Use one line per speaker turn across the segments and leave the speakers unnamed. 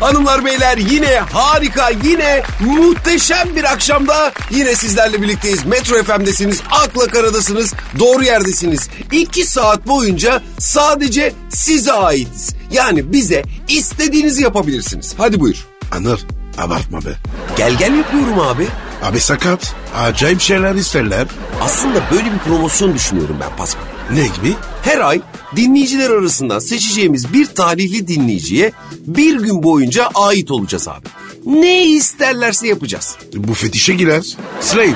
Hanımlar beyler yine harika yine muhteşem bir akşamda yine sizlerle birlikteyiz. Metro FM'desiniz, akla karadasınız, doğru yerdesiniz. İki saat boyunca sadece size aitiz. Yani bize istediğinizi yapabilirsiniz. Hadi buyur.
Anır abartma be.
Gel gel yapıyorum abi.
Abi sakat. Acayip şeyler isterler.
Aslında böyle bir promosyon düşünüyorum ben Pascal.
Ne gibi?
Her ay dinleyiciler arasından seçeceğimiz bir talihli dinleyiciye bir gün boyunca ait olacağız abi. Ne isterlerse yapacağız.
Bu fetişe girer. Slave.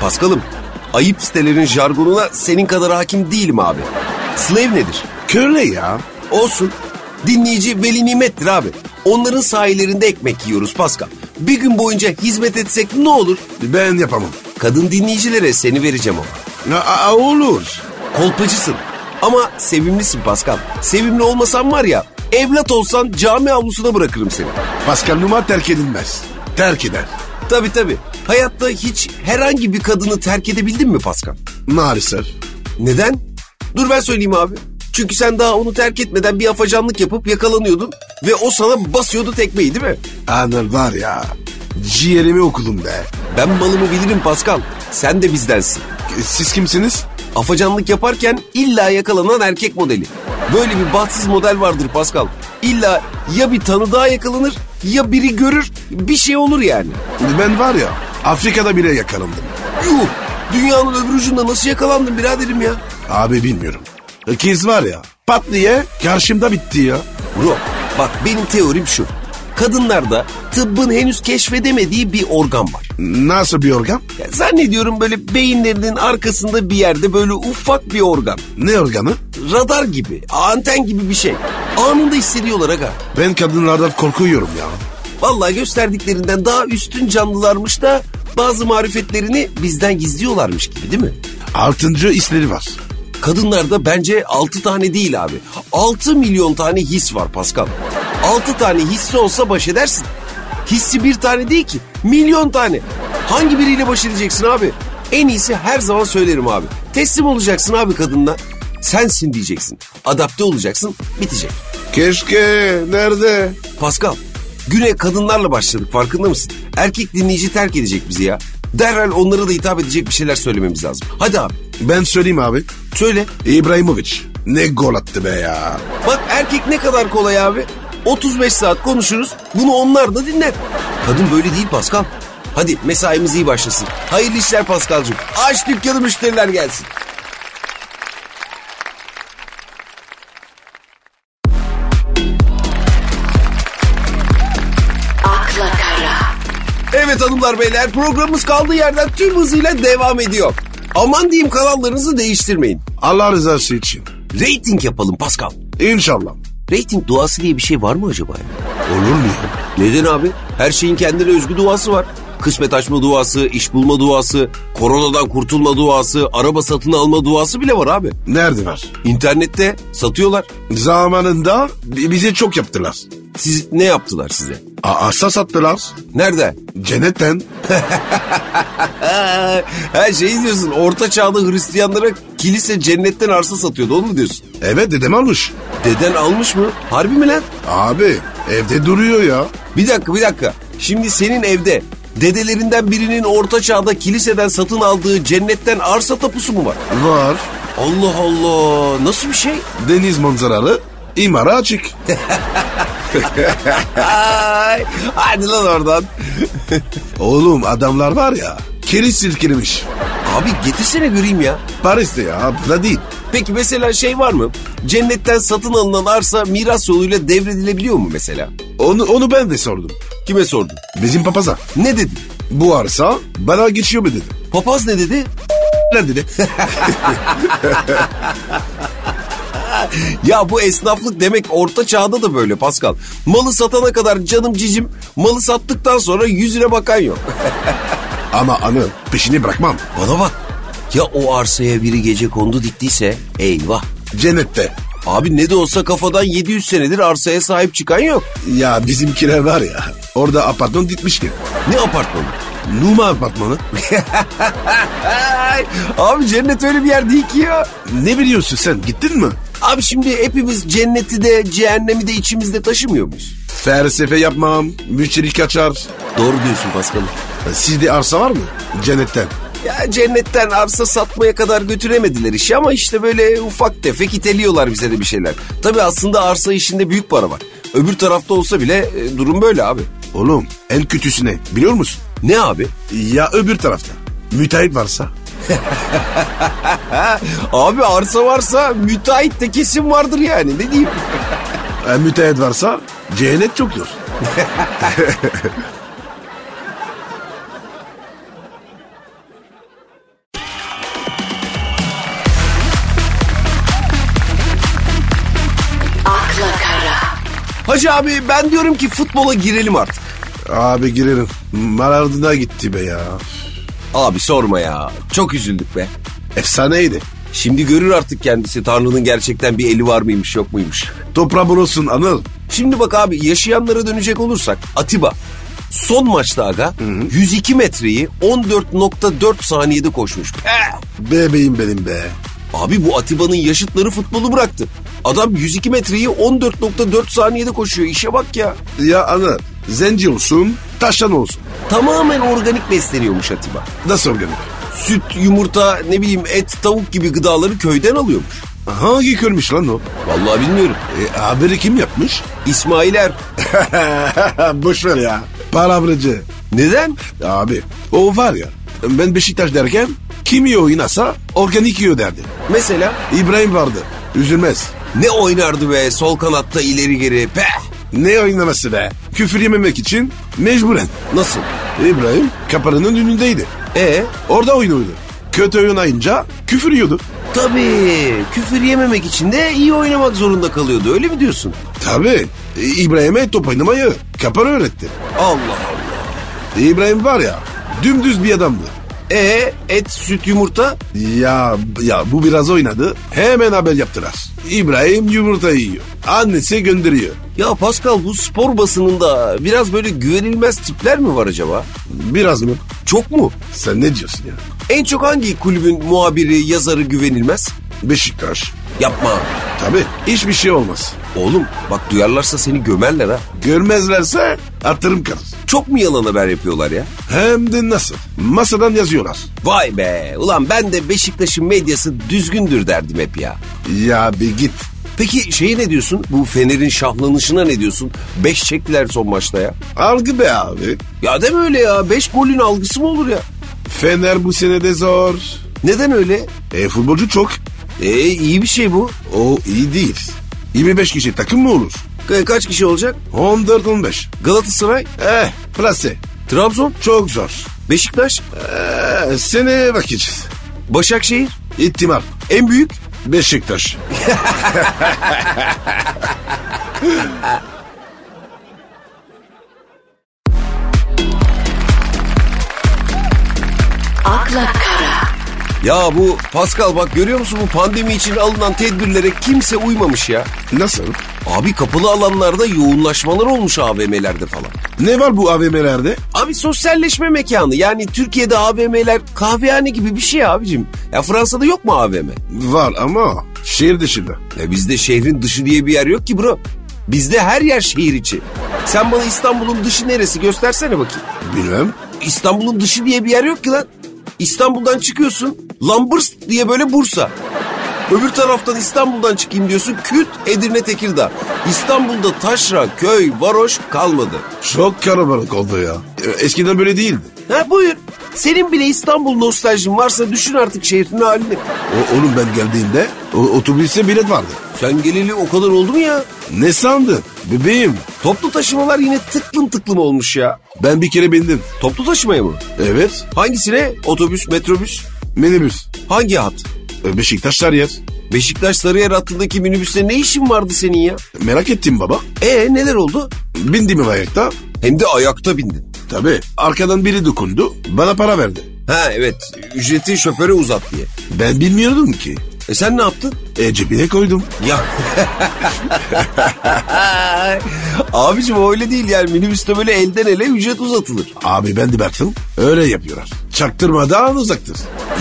Paskal'ım ayıp sitelerin jargonuna senin kadar hakim değilim abi. Slave nedir?
Köle ya.
Olsun. Dinleyici veli nimettir abi. Onların sayelerinde ekmek yiyoruz Paskal. Bir gün boyunca hizmet etsek ne olur?
Ben yapamam.
Kadın dinleyicilere seni vereceğim ama.
Na- a- olur.
Kolpacısın. Ama sevimlisin Pascal. Sevimli olmasan var ya evlat olsan cami avlusuna bırakırım seni.
Pascal Numa terk edilmez. Terk eder.
Tabii tabii. Hayatta hiç herhangi bir kadını terk edebildin mi Pascal?
Maalesef.
Neden? Dur ben söyleyeyim abi. Çünkü sen daha onu terk etmeden bir afacanlık yapıp yakalanıyordun ve o sana basıyordu tekmeyi değil mi?
Anır var ya. Ciğerimi okudum be.
Ben malımı bilirim Pascal. Sen de bizdensin.
Siz kimsiniz?
Afacanlık yaparken illa yakalanan erkek modeli. Böyle bir bahtsız model vardır Pascal. İlla ya bir tanıdığa yakalanır ya biri görür bir şey olur yani.
Ben var ya Afrika'da bile yakalandım.
Yuh! Dünyanın öbür ucunda nasıl yakalandın biraderim ya?
Abi bilmiyorum. Kız var ya pat diye karşımda bitti ya.
Bro bak benim teorim şu. Kadınlarda tıbbın henüz keşfedemediği bir organ var.
Nasıl bir organ?
Ya zannediyorum böyle beyinlerinin arkasında bir yerde böyle ufak bir organ.
Ne organı?
Radar gibi, anten gibi bir şey. Anında hissediyorlar aga.
Ben kadınlardan korkuyorum ya.
Vallahi gösterdiklerinden daha üstün canlılarmış da bazı marifetlerini bizden gizliyorlarmış gibi değil mi?
Altıncı hisleri var.
Kadınlarda bence 6 tane değil abi. 6 milyon tane his var Pascal. 6 tane hissi olsa baş edersin. Hissi bir tane değil ki. Milyon tane. Hangi biriyle baş edeceksin abi? En iyisi her zaman söylerim abi. Teslim olacaksın abi kadınla. Sensin diyeceksin. Adapte olacaksın. Bitecek.
Keşke nerede?
Pascal, güne kadınlarla başladık farkında mısın? Erkek dinleyici terk edecek bizi ya. Derhal onlara da hitap edecek bir şeyler söylememiz lazım. Hadi abi
Ben söyleyeyim abi.
söyle.
İbrahimovic ne gol attı be ya.
Bak erkek ne kadar kolay abi. 35 saat konuşuruz bunu onlar da dinler. Kadın böyle değil Pascal. Hadi mesaimiz iyi başlasın. Hayırlı işler Pascal'cığım. Aç dükkanı müşteriler gelsin.
akla kara,
Evet hanımlar beyler programımız kaldığı yerden tüm hızıyla devam ediyor. Aman diyeyim kanallarınızı değiştirmeyin.
Allah rızası için.
Rating yapalım Pascal.
İnşallah.
Rating duası diye bir şey var mı acaba? ya?
Olur mu ya?
Neden abi? Her şeyin kendine özgü duası var. Kısmet açma duası, iş bulma duası, koronadan kurtulma duası, araba satın alma duası bile var abi.
Nerede var?
İnternette satıyorlar.
Zamanında bi- bize çok yaptılar.
Siz ne yaptılar size?
A- Arsa sattılar.
Nerede?
Cennetten.
Ha, her şeyi diyorsun. Orta çağda Hristiyanlara kilise cennetten arsa satıyordu. Onu mu diyorsun?
Evet dedem almış.
Deden almış mı? Harbi mi lan?
Abi evde duruyor ya.
Bir dakika bir dakika. Şimdi senin evde dedelerinden birinin orta çağda kiliseden satın aldığı cennetten arsa tapusu mu var?
Var.
Allah Allah nasıl bir şey?
Deniz manzaralı. imara açık.
Ay, hadi lan oradan.
Oğlum adamlar var ya. Keriz silkirmiş.
Abi getirsene göreyim ya.
Paris'te ya. Burada değil.
Peki mesela şey var mı? Cennetten satın alınan arsa miras yoluyla devredilebiliyor mu mesela?
Onu, onu ben de sordum.
Kime sordun?
Bizim papaza.
Ne dedi?
Bu arsa bana geçiyor mu dedim.
Papaz ne dedi?
Ne dedi?
Ya bu esnaflık demek orta çağda da böyle Pascal. Malı satana kadar canım cicim, malı sattıktan sonra yüzüne bakan yok.
Ama anı peşini bırakmam.
Bana bak. Ya o arsaya biri gece kondu diktiyse eyvah.
Cennette.
Abi ne de olsa kafadan 700 senedir arsaya sahip çıkan yok.
Ya bizimkiler var ya. Orada apartman gitmiş ki.
Ne apartmanı?
Numa apartmanı.
Ay, abi cennet öyle bir yer değil ki ya.
ne biliyorsun sen gittin mi?
Abi şimdi hepimiz cenneti de cehennemi de içimizde taşımıyor muyuz?
Felsefe yapmam. Müşteri kaçar.
Doğru diyorsun Paskal'ım.
E, Sizde arsa var mı? Cennetten.
Ya cennetten arsa satmaya kadar götüremediler işi ama işte böyle ufak tefek iteliyorlar bize de bir şeyler. Tabii aslında arsa işinde büyük para var. Öbür tarafta olsa bile e, durum böyle abi.
Oğlum en kötüsü ne biliyor musun?
Ne abi?
Ya öbür tarafta. Müteahhit varsa.
Abi arsa varsa müteahhit de kesin vardır yani ne diyeyim.
E, müteahhit varsa cehennet çoktur.
akla kara,
Hacı abi ben diyorum ki futbola girelim artık.
Abi girerim. Maradona gitti be ya.
Abi sorma ya çok üzüldük be.
Efsaneydi.
Şimdi görür artık kendisi Tanrı'nın gerçekten bir eli var mıymış yok muymuş.
Toprağı bulursun Anıl.
Şimdi bak abi yaşayanlara dönecek olursak Atiba son maçta aga 102 metreyi 14.4 saniyede koşmuş. Pe!
Bebeğim benim be.
Abi bu Atiba'nın yaşıtları futbolu bıraktı. Adam 102 metreyi 14.4 saniyede koşuyor işe bak ya.
Ya Anıl zenci olsun taşan olsun.
Tamamen organik besleniyormuş Atiba.
Nasıl organik?
Süt, yumurta, ne bileyim et, tavuk gibi gıdaları köyden alıyormuş.
Hangi körmüş lan o?
Vallahi bilmiyorum.
E, haberi kim yapmış?
İsmailer
Boş ver ya. Palavracı.
neden?
Abi o var ya ben Beşiktaş derken kim iyi oynasa organik yiyor derdi.
Mesela
İbrahim vardı. Üzülmez.
ne oynardı be sol kanatta ileri geri pe.
Ne oynaması be? Küfür yememek için mecburen.
Nasıl?
İbrahim kaparanın önündeydi.
E
Orada oynuyordu. Kötü oynayınca küfür yiyordu.
Tabii. Küfür yememek için de iyi oynamak zorunda kalıyordu. Öyle mi diyorsun?
Tabii e, İbrahim'e top oynamayı kapara öğretti.
Allah Allah.
İbrahim var ya dümdüz bir adamdı.
E et, süt, yumurta.
Ya ya bu biraz oynadı. Hemen haber yaptılar. İbrahim yumurta yiyor. Annesi gönderiyor.
Ya Pascal bu spor basınında biraz böyle güvenilmez tipler mi var acaba?
Biraz mı?
Çok mu?
Sen ne diyorsun ya?
En çok hangi kulübün muhabiri, yazarı güvenilmez?
Beşiktaş.
Yapma.
Tabii hiçbir şey olmaz.
Oğlum bak duyarlarsa seni gömerler ha.
Görmezlerse atarım kalır.
Çok mu yalan haber yapıyorlar ya?
Hem de nasıl? Masadan yazıyorlar.
Vay be. Ulan ben de Beşiktaş'ın medyası düzgündür derdim hep ya.
Ya bir git.
Peki şeye ne diyorsun? Bu Fener'in şahlanışına ne diyorsun? Beş çektiler son maçta ya.
Algı be abi.
Ya deme öyle ya. Beş golün algısı mı olur ya?
Fener bu sene de zor.
Neden öyle?
E futbolcu çok.
E iyi bir şey bu.
O iyi değil. 25 kişi takım mı olur?
Ka- kaç kişi olacak?
14-15.
Galatasaray,
Eh plase.
Trabzon,
Çok zor.
Beşiktaş,
Eh, seneye bakacağız.
Başakşehir
İttimar.
en büyük.
Beşiktaş.
akla kara,
Ya bu Pascal bak görüyor musun bu pandemi için alınan tedbirlere kimse uymamış ya.
Nasıl?
Abi kapalı alanlarda yoğunlaşmalar olmuş AVM'lerde falan.
Ne var bu AVM'lerde?
Abi sosyalleşme mekanı yani Türkiye'de AVM'ler kahvehane gibi bir şey abicim. Ya Fransa'da yok mu AVM?
Var ama şehir dışında.
Ya bizde şehrin dışı diye bir yer yok ki bro. Bizde her yer şehir içi. Sen bana İstanbul'un dışı neresi göstersene bakayım.
Bilmem.
İstanbul'un dışı diye bir yer yok ki lan. İstanbul'dan çıkıyorsun. Lambırs diye böyle Bursa. Öbür taraftan İstanbul'dan çıkayım diyorsun. Küt Edirne Tekirdağ. İstanbul'da taşra, köy, varoş kalmadı.
Çok kalabalık oldu ya. E, Eskiden böyle değildi.
Ha buyur. Senin bile İstanbul nostaljin varsa düşün artık şehrin halini.
O, oğlum ben geldiğimde o, otobüse bilet vardı.
Sen geleli o kadar oldu mu ya?
Ne sandın? Bebeğim
Toplu taşımalar yine tıklım tıklım olmuş ya.
ben bir kere bindim.
Toplu taşımaya mı?
Evet
Hangisine? Otobüs, metrobüs?
minibüs.
Hangi hat?
E, Beşiktaş yer.
Beşiktaş Sarıyer hattındaki minibüste ne işin vardı senin ya?
Merak ettim baba.
E neler oldu?
Bindim ayakta.
Hem de ayakta bindin.
Tabii arkadan biri dokundu bana para verdi.
Ha evet ücreti şoföre uzat diye.
Ben bilmiyordum ki.
E sen ne yaptın?
E cebine koydum.
Ya. Abicim o öyle değil yani minibüste böyle elden ele ücret uzatılır.
Abi ben de baktım öyle yapıyorlar. Çaktırmadan uzaktır.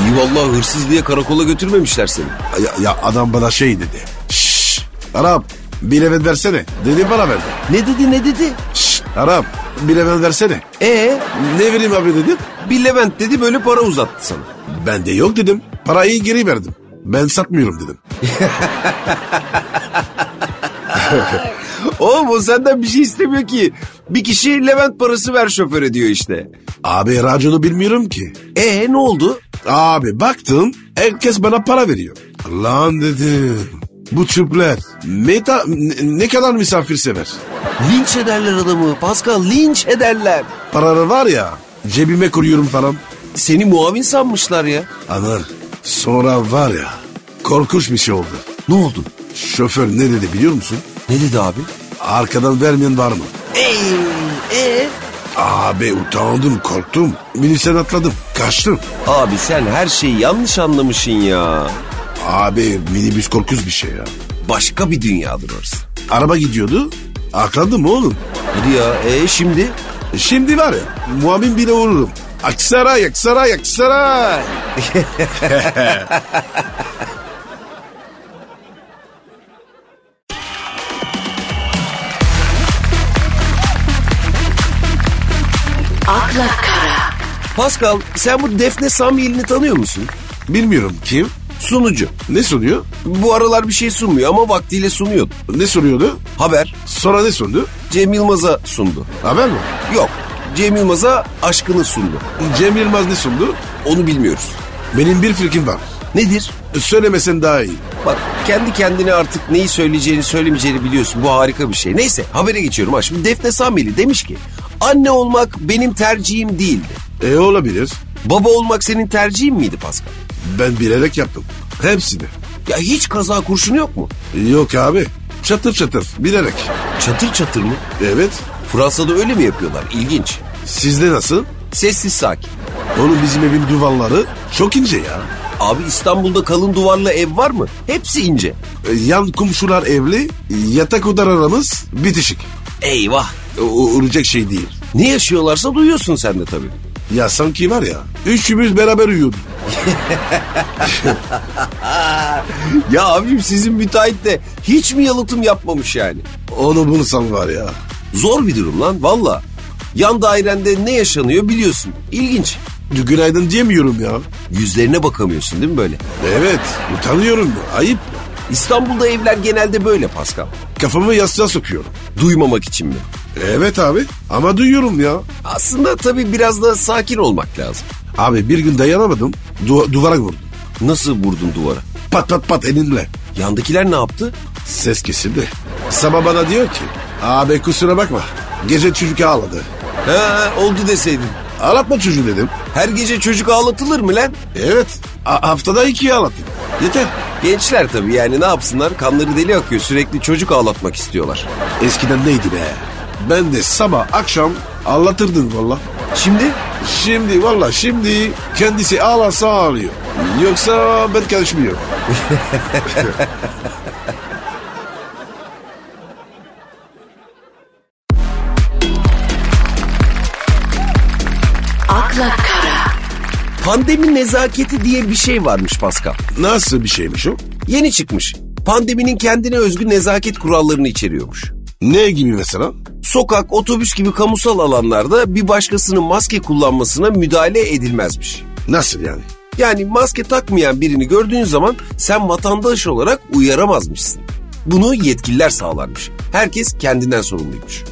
İyi vallahi hırsız diye karakola götürmemişler seni.
Ya, ya adam bana şey dedi. Şşş Arap Bir evet versene. Dedi bana verdi.
Ne dedi ne dedi?
Şşt Arap bir evet versene.
E
Ne vereyim abi dedim.
bir Levent dedi böyle para uzattı sana.
Ben de yok dedim. Parayı geri verdim. Ben satmıyorum dedim.
Oğlum o senden bir şey istemiyor ki. Bir kişi Levent parası ver şoföre diyor işte.
Abi raconu bilmiyorum ki.
E ne oldu?
Abi baktım herkes bana para veriyor. Lan dedim. Bu çöpler. Meta, ne, ne kadar misafirsever.
Linç ederler adamı Pascal linç ederler.
Paraları var ya cebime koyuyorum falan.
Seni muavin sanmışlar ya.
Anır. Sonra var ya korkunç bir şey oldu.
Ne oldu?
Şoför ne dedi biliyor musun?
Ne dedi abi?
Arkadan vermeyen var mı?
Ey, e?
Abi utandım korktum. Minibüsten atladım kaçtım.
Abi sen her şeyi yanlış anlamışsın ya.
Abi minibüs korkunç bir şey ya.
Başka bir dünyadır orası.
Araba gidiyordu. Atladım oğlum.
Hadi ya e şimdi?
Şimdi var ya muavin bile vururum. Aksaray Aksaray Aksaray.
akla kara,
Pascal sen bu Defne Samyel'ini tanıyor musun?
Bilmiyorum kim.
Sunucu.
Ne soruyor?
Bu aralar bir şey sunmuyor ama vaktiyle sunuyordu.
Ne soruyordu?
Haber
Sonra ne sordu?
Cem Yılmaz'a sundu.
Haber mi?
Yok Cem Yılmaz'a aşkını sundu.
Cem Yılmaz ne sundu?
Onu bilmiyoruz.
Benim bir fikrim var.
Nedir?
Söylemesen daha iyi.
Bak kendi kendine artık neyi söyleyeceğini söylemeyeceğini biliyorsun. Bu harika bir şey. Neyse habere geçiyorum. Ha, şimdi Defne Samyeli demiş ki anne olmak benim tercihim değildi.
E olabilir.
Baba olmak senin tercihin miydi Pascal?
Ben bilerek yaptım. Hepsini.
Ya hiç kaza kurşunu yok mu?
Yok abi. Çatır çatır. Bilerek.
Çatır çatır mı?
Evet.
Fransa'da öyle mi yapıyorlar? İlginç.
Sizde nasıl?
Sessiz sakin.
Oğlum bizim evin duvarları çok ince ya.
Abi İstanbul'da kalın duvarlı ev var mı? Hepsi ince.
E, Yan komşular evli. Yatak odalarımız bitişik.
Eyvah.
O, o- olacak şey değil.
Ne yaşıyorlarsa duyuyorsun sen de tabii.
Ya sanki var ya. Üçümüz beraber uyuyorduk.
Ya abim sizin müteahhit de hiç mi yalıtım yapmamış yani?
Onu bunu san var ya.
Zor bir durum lan valla. Yan dairende ne yaşanıyor biliyorsun. İlginç.
Günaydın diyemiyorum ya.
Yüzlerine bakamıyorsun değil mi böyle?
Evet. Utanıyorum ya. Ayıp.
İstanbul'da evler genelde böyle Pascal.
Kafamı yastığa sokuyorum.
Duymamak için mi?
Evet abi. Ama duyuyorum ya.
Aslında tabii biraz da sakin olmak lazım.
Abi bir gün dayanamadım. du- duvara vurdum.
Nasıl vurdun duvara?
Pat pat pat elimle.
Yandakiler ne yaptı?
Ses kesildi. Sabah bana diyor ki abi kusura bakma gece çocuk ağladı.
He oldu deseydin.
Ağlatma çocuğu dedim.
Her gece çocuk ağlatılır mı lan?
Evet a- haftada ikiye ağlattım. Yeter.
Gençler tabii yani ne yapsınlar kanları deli akıyor sürekli çocuk ağlatmak istiyorlar.
Eskiden neydi be? Ben de sabah akşam ağlatırdım valla.
Şimdi
Şimdi valla şimdi kendisi ağlarsa ağlıyor. Yoksa ben karışmıyorum.
akla kara,
pandemi nezaketi diye bir şey varmış Pascal.
Nasıl bir şeymiş o?
Yeni çıkmış. Pandeminin kendine özgü nezaket kurallarını içeriyormuş.
Ne gibi mesela?
Sokak, otobüs gibi kamusal alanlarda bir başkasının maske kullanmasına müdahale edilmezmiş.
Nasıl yani?
Yani maske takmayan birini gördüğün zaman sen vatandaş olarak uyaramazmışsın. Bunu yetkililer sağlarmış. Herkes kendinden sorumluymuş.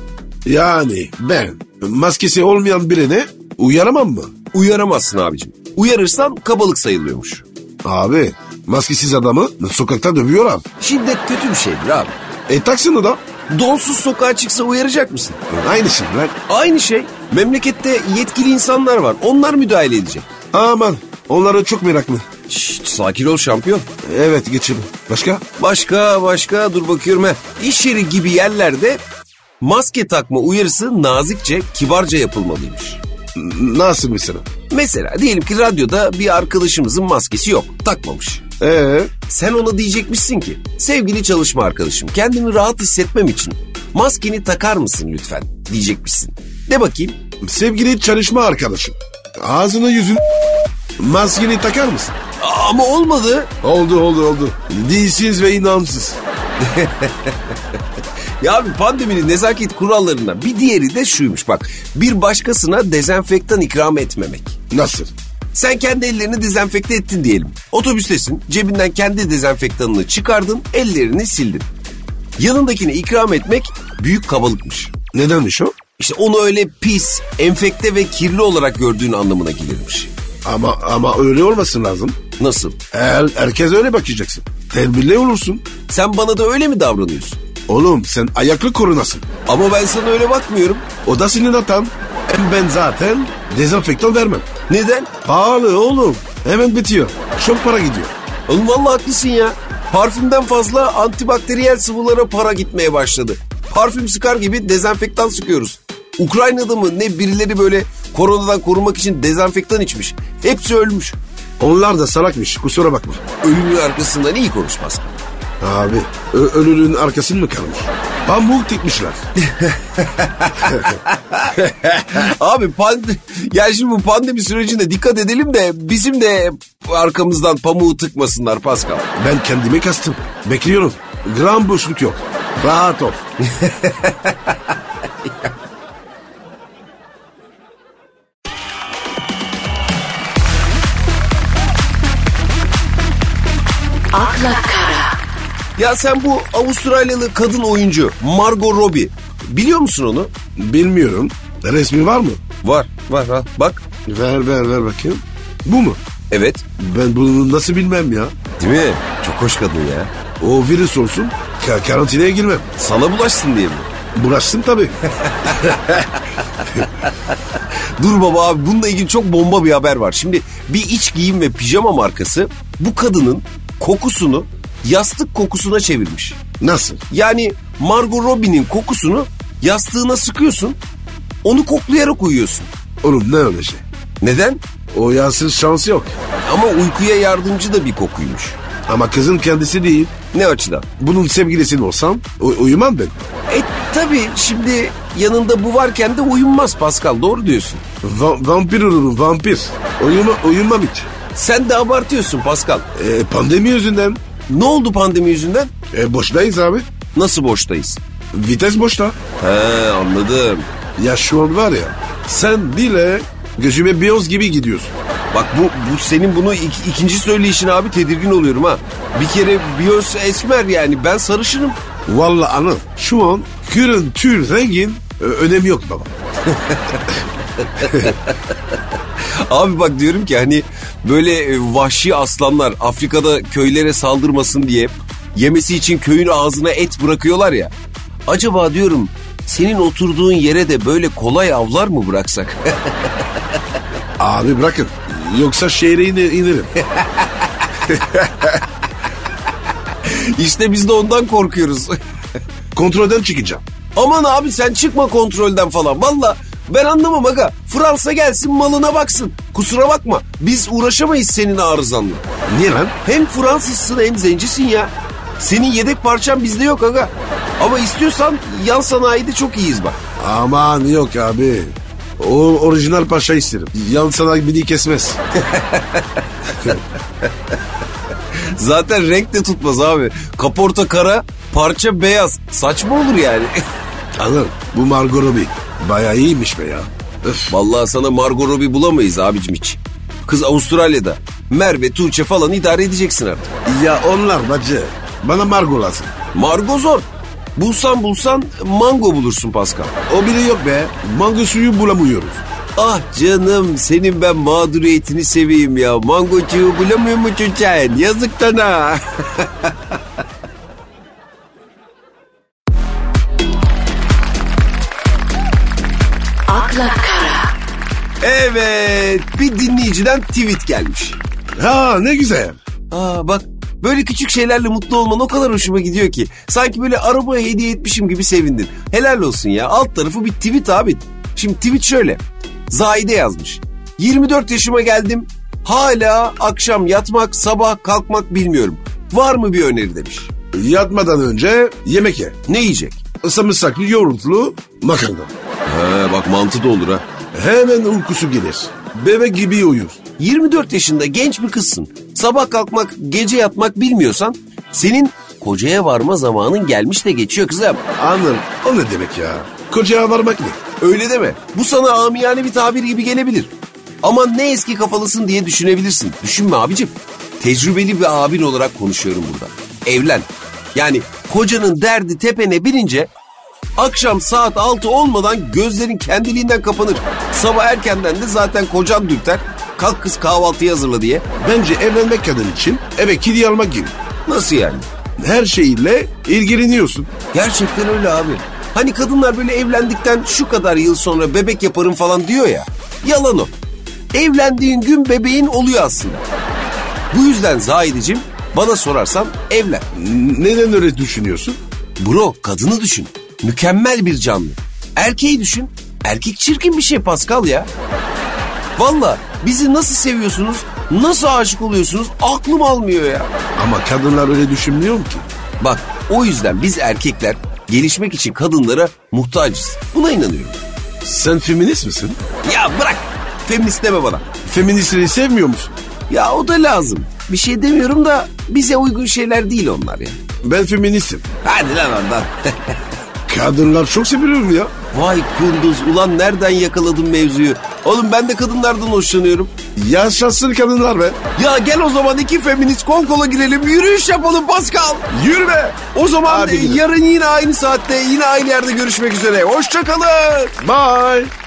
Yani ben maskesi olmayan birine uyaramam mı?
Uyaramazsın abicim. Uyarırsan kabalık sayılıyormuş.
Abi maskesiz adamı sokakta dövüyorlar.
Şiddet kötü bir şeydir abi.
E taksın da.
Donsuz sokağa çıksa uyaracak mısın?
Aynı şey lan.
Aynı şey. Memlekette yetkili insanlar var. Onlar müdahale edecek.
Aman onlara çok meraklı.
Şşt, sakin ol şampiyon.
Evet geçelim. Başka?
Başka başka dur bakıyorum he. İş yeri gibi yerlerde maske takma uyarısı nazikçe kibarca yapılmalıymış.
N- Nasıl mesela?
Mesela diyelim ki radyoda bir arkadaşımızın maskesi yok takmamış.
Ee,
Sen ona diyecekmişsin ki sevgili çalışma arkadaşım kendimi rahat hissetmem için maskeni takar mısın lütfen diyecekmişsin. De bakayım
sevgili çalışma arkadaşım. Ağzını yüzün maskeni takar mısın?
ama olmadı
Oldu oldu oldu. Dilsiz ve inançsız.
Ya abi pandeminin nezaket kurallarından bir diğeri de şuymuş bak. Bir başkasına dezenfektan ikram etmemek.
Nasıl?
Sen kendi ellerini dezenfekte ettin diyelim. Otobüstesin, cebinden kendi dezenfektanını çıkardın, ellerini sildin. Yanındakine ikram etmek büyük kabalıkmış.
Nedenmiş o?
İşte onu öyle pis, enfekte ve kirli olarak gördüğün anlamına gelirmiş.
Ama ama öyle olmasın lazım.
Nasıl?
Her, herkes öyle bakacaksın. Tedbirli olursun.
Sen bana da öyle mi davranıyorsun?
Oğlum sen ayaklı korunasın.
Ama ben sana öyle bakmıyorum.
O da sinir atan. Hem ben zaten dezenfektan vermem.
Neden?
Pahalı oğlum. Hemen bitiyor. Çok para gidiyor.
Oğlum vallahi haklısın ya. Parfümden fazla antibakteriyel sıvılara para gitmeye başladı. Parfüm sıkar gibi dezenfektan sıkıyoruz. Ukrayna'da mı ne birileri böyle koronadan korumak için dezenfektan içmiş. Hepsi ölmüş.
Onlar da salakmış kusura bakma.
Ölümün arkasından iyi konuşmaz.
Abi ö- ölünün arkasını mı kalmış? Pamuk dikmişler.
Abi pand ya şimdi bu pandemi sürecinde dikkat edelim de bizim de arkamızdan pamuğu tıkmasınlar Pascal.
Ben kendime kastım. Bekliyorum. Gram boşluk yok. Rahat ol.
akla kara,
Ya sen bu Avustralyalı kadın oyuncu Margot Robbie biliyor musun onu?
Bilmiyorum. Resmi var mı?
Var var ha bak
Ver ver ver bakayım. Bu mu?
evet
Ben bunu nasıl bilmem ya.
Değil mi? Çok hoş kadın ya.
O virüs olsun ka- karantinaya girmem.
Sana bulaşsın diye mi?
Bulaşsın tabii.
Dur baba abi bununla ilgili çok bomba bir haber var. Şimdi bir iç giyim ve pijama markası bu kadının kokusunu yastık kokusuna çevirmiş.
Nasıl?
Yani Margot Robbie'nin kokusunu yastığına sıkıyorsun, onu koklayarak uyuyorsun.
Oğlum ne öyle şey?
Neden?
O yansın şansı yok.
Ama uykuya yardımcı da bir kokuymuş.
Ama kızın kendisi değil.
Ne açıdan?
Bunun sevgilisi olsam u- uyumam ben.
E tabii şimdi yanında bu varken de uyunmaz Pascal doğru diyorsun.
Va- vampir olurum vampir. Uyuma, uyumam hiç.
Sen de abartıyorsun Pascal.
E, pandemi yüzünden.
Ne oldu pandemi yüzünden?
E, boştayız abi.
Nasıl boştayız?
Vites boşta.
He anladım.
Ya şu an var ya sen bile gözüme biyoz gibi gidiyorsun.
Bak bu, bu senin bunu ik- ikinci söyleyişin abi tedirgin oluyorum ha. Bir kere Beyoncé esmer yani ben sarışınım.
Vallahi anıl şu an kürün tür rengin e, önemi yok baba.
Abi bak diyorum ki hani böyle e, vahşi aslanlar Afrika'da köylere saldırmasın diye yemesi için köyün ağzına et bırakıyorlar ya. Acaba diyorum senin oturduğun yere de böyle kolay avlar mı bıraksak?
Abi bırakın yoksa şehre iner, inerim.
işte biz de ondan korkuyoruz.
Kontrolden çıkacağım.
Aman abi sen çıkma kontrolden falan. Valla ben anlamam aga. Fransa gelsin malına baksın. Kusura bakma biz uğraşamayız senin arızanla.
Niye lan?
Hem Fransızsın hem zencisin ya. Senin yedek parçan bizde yok aga. Ama istiyorsan yan sanayide çok iyiyiz bak.
Aman yok abi. O orijinal paşa isterim. Yansana beni kesmez.
Zaten renk de tutmaz abi. Kaporta kara, parça beyaz. Saçma olur yani.
Anıl bu Margot Robbie bayağı iyiymiş be ya. Öf.
Vallahi sana Margot Robbie bulamayız abicim hiç. Kız Avustralya'da. Merve, Tuğçe falan idare edeceksin artık.
Ya onlar bacı. Bana Margot lazım.
Margot zor. Bulsan bulsan mango bulursun Pascal.
O bile yok be. Mango suyu bulamıyoruz.
Ah canım senin ben mağduriyetini seveyim ya. Mangocuyu bulamıyor mu çocuğun? Yazık sana.
akla kara,
evet bir dinleyiciden tweet gelmiş.
Ha ne güzel.
Aa bak böyle küçük şeylerle mutlu olman o kadar hoşuma gidiyor ki. Sanki böyle arabaya hediye etmişim gibi sevindin. Helal olsun ya alt tarafı bir tweet abi. Şimdi tweet şöyle. Zahide yazmış. 24 yaşıma geldim. Hala akşam yatmak sabah kalkmak bilmiyorum. Var mı bir öneri demiş.
Yatmadan önce yemek ye.
Ne yiyecek?
Samırsaklı, yoğurtlu makarna.
He bak mantı da olur ha.
Hemen uykusu gelir. Bebek gibi uyur.
24 yaşında genç bir kızsın. Sabah kalkmak, gece yatmak bilmiyorsan senin kocaya varma zamanın gelmiş de geçiyor kızım.
Anladım. O ne demek ya? Kocaya varmak ne?
Öyle deme. Bu sana amiyane bir tabir gibi gelebilir. Ama ne eski kafalısın diye düşünebilirsin. Düşünme abicim. Tecrübeli bir abin olarak konuşuyorum burada. Evlen. Yani kocanın derdi tepene binince akşam saat 6 olmadan gözlerin kendiliğinden kapanır. Sabah erkenden de zaten kocan dürter. Kalk kız kahvaltıyı hazırla diye.
Bence evlenmek kadın için eve kedi almak gibi.
Nasıl yani?
Her şeyle ilgileniyorsun.
Gerçekten öyle abi. Hani kadınlar böyle evlendikten şu kadar yıl sonra bebek yaparım falan diyor ya. Yalan o. Evlendiğin gün bebeğin oluyor aslında. Bu yüzden Zahideciğim bana sorarsan evlen.
N- Neden öyle düşünüyorsun?
Bro kadını düşün. Mükemmel bir canlı. Erkeği düşün. Erkek çirkin bir şey Pascal ya. Valla bizi nasıl seviyorsunuz, nasıl aşık oluyorsunuz aklım almıyor ya.
Ama kadınlar öyle düşünmüyor mu ki?
Bak o yüzden biz erkekler gelişmek için kadınlara muhtacız. Buna inanıyorum.
Sen feminist misin?
Ya bırak feminist deme bana.
Feministleri sevmiyor musun?
Ya o da lazım. Bir şey demiyorum da bize uygun şeyler değil onlar ya.
Ben feministim.
Hadi lan ondan.
Kadınlar çok seviyorum ya.
Vay kunduz ulan nereden yakaladın mevzuyu? Oğlum ben de kadınlardan hoşlanıyorum.
Yaşasın kadınlar be.
Ya gel o zaman iki feminist kol kola girelim yürüyüş yapalım Pascal.
Yürü be.
O zaman
Hadi
e,
gidelim.
yarın yine aynı saatte yine aynı yerde görüşmek üzere. Hoşçakalın.
Bye.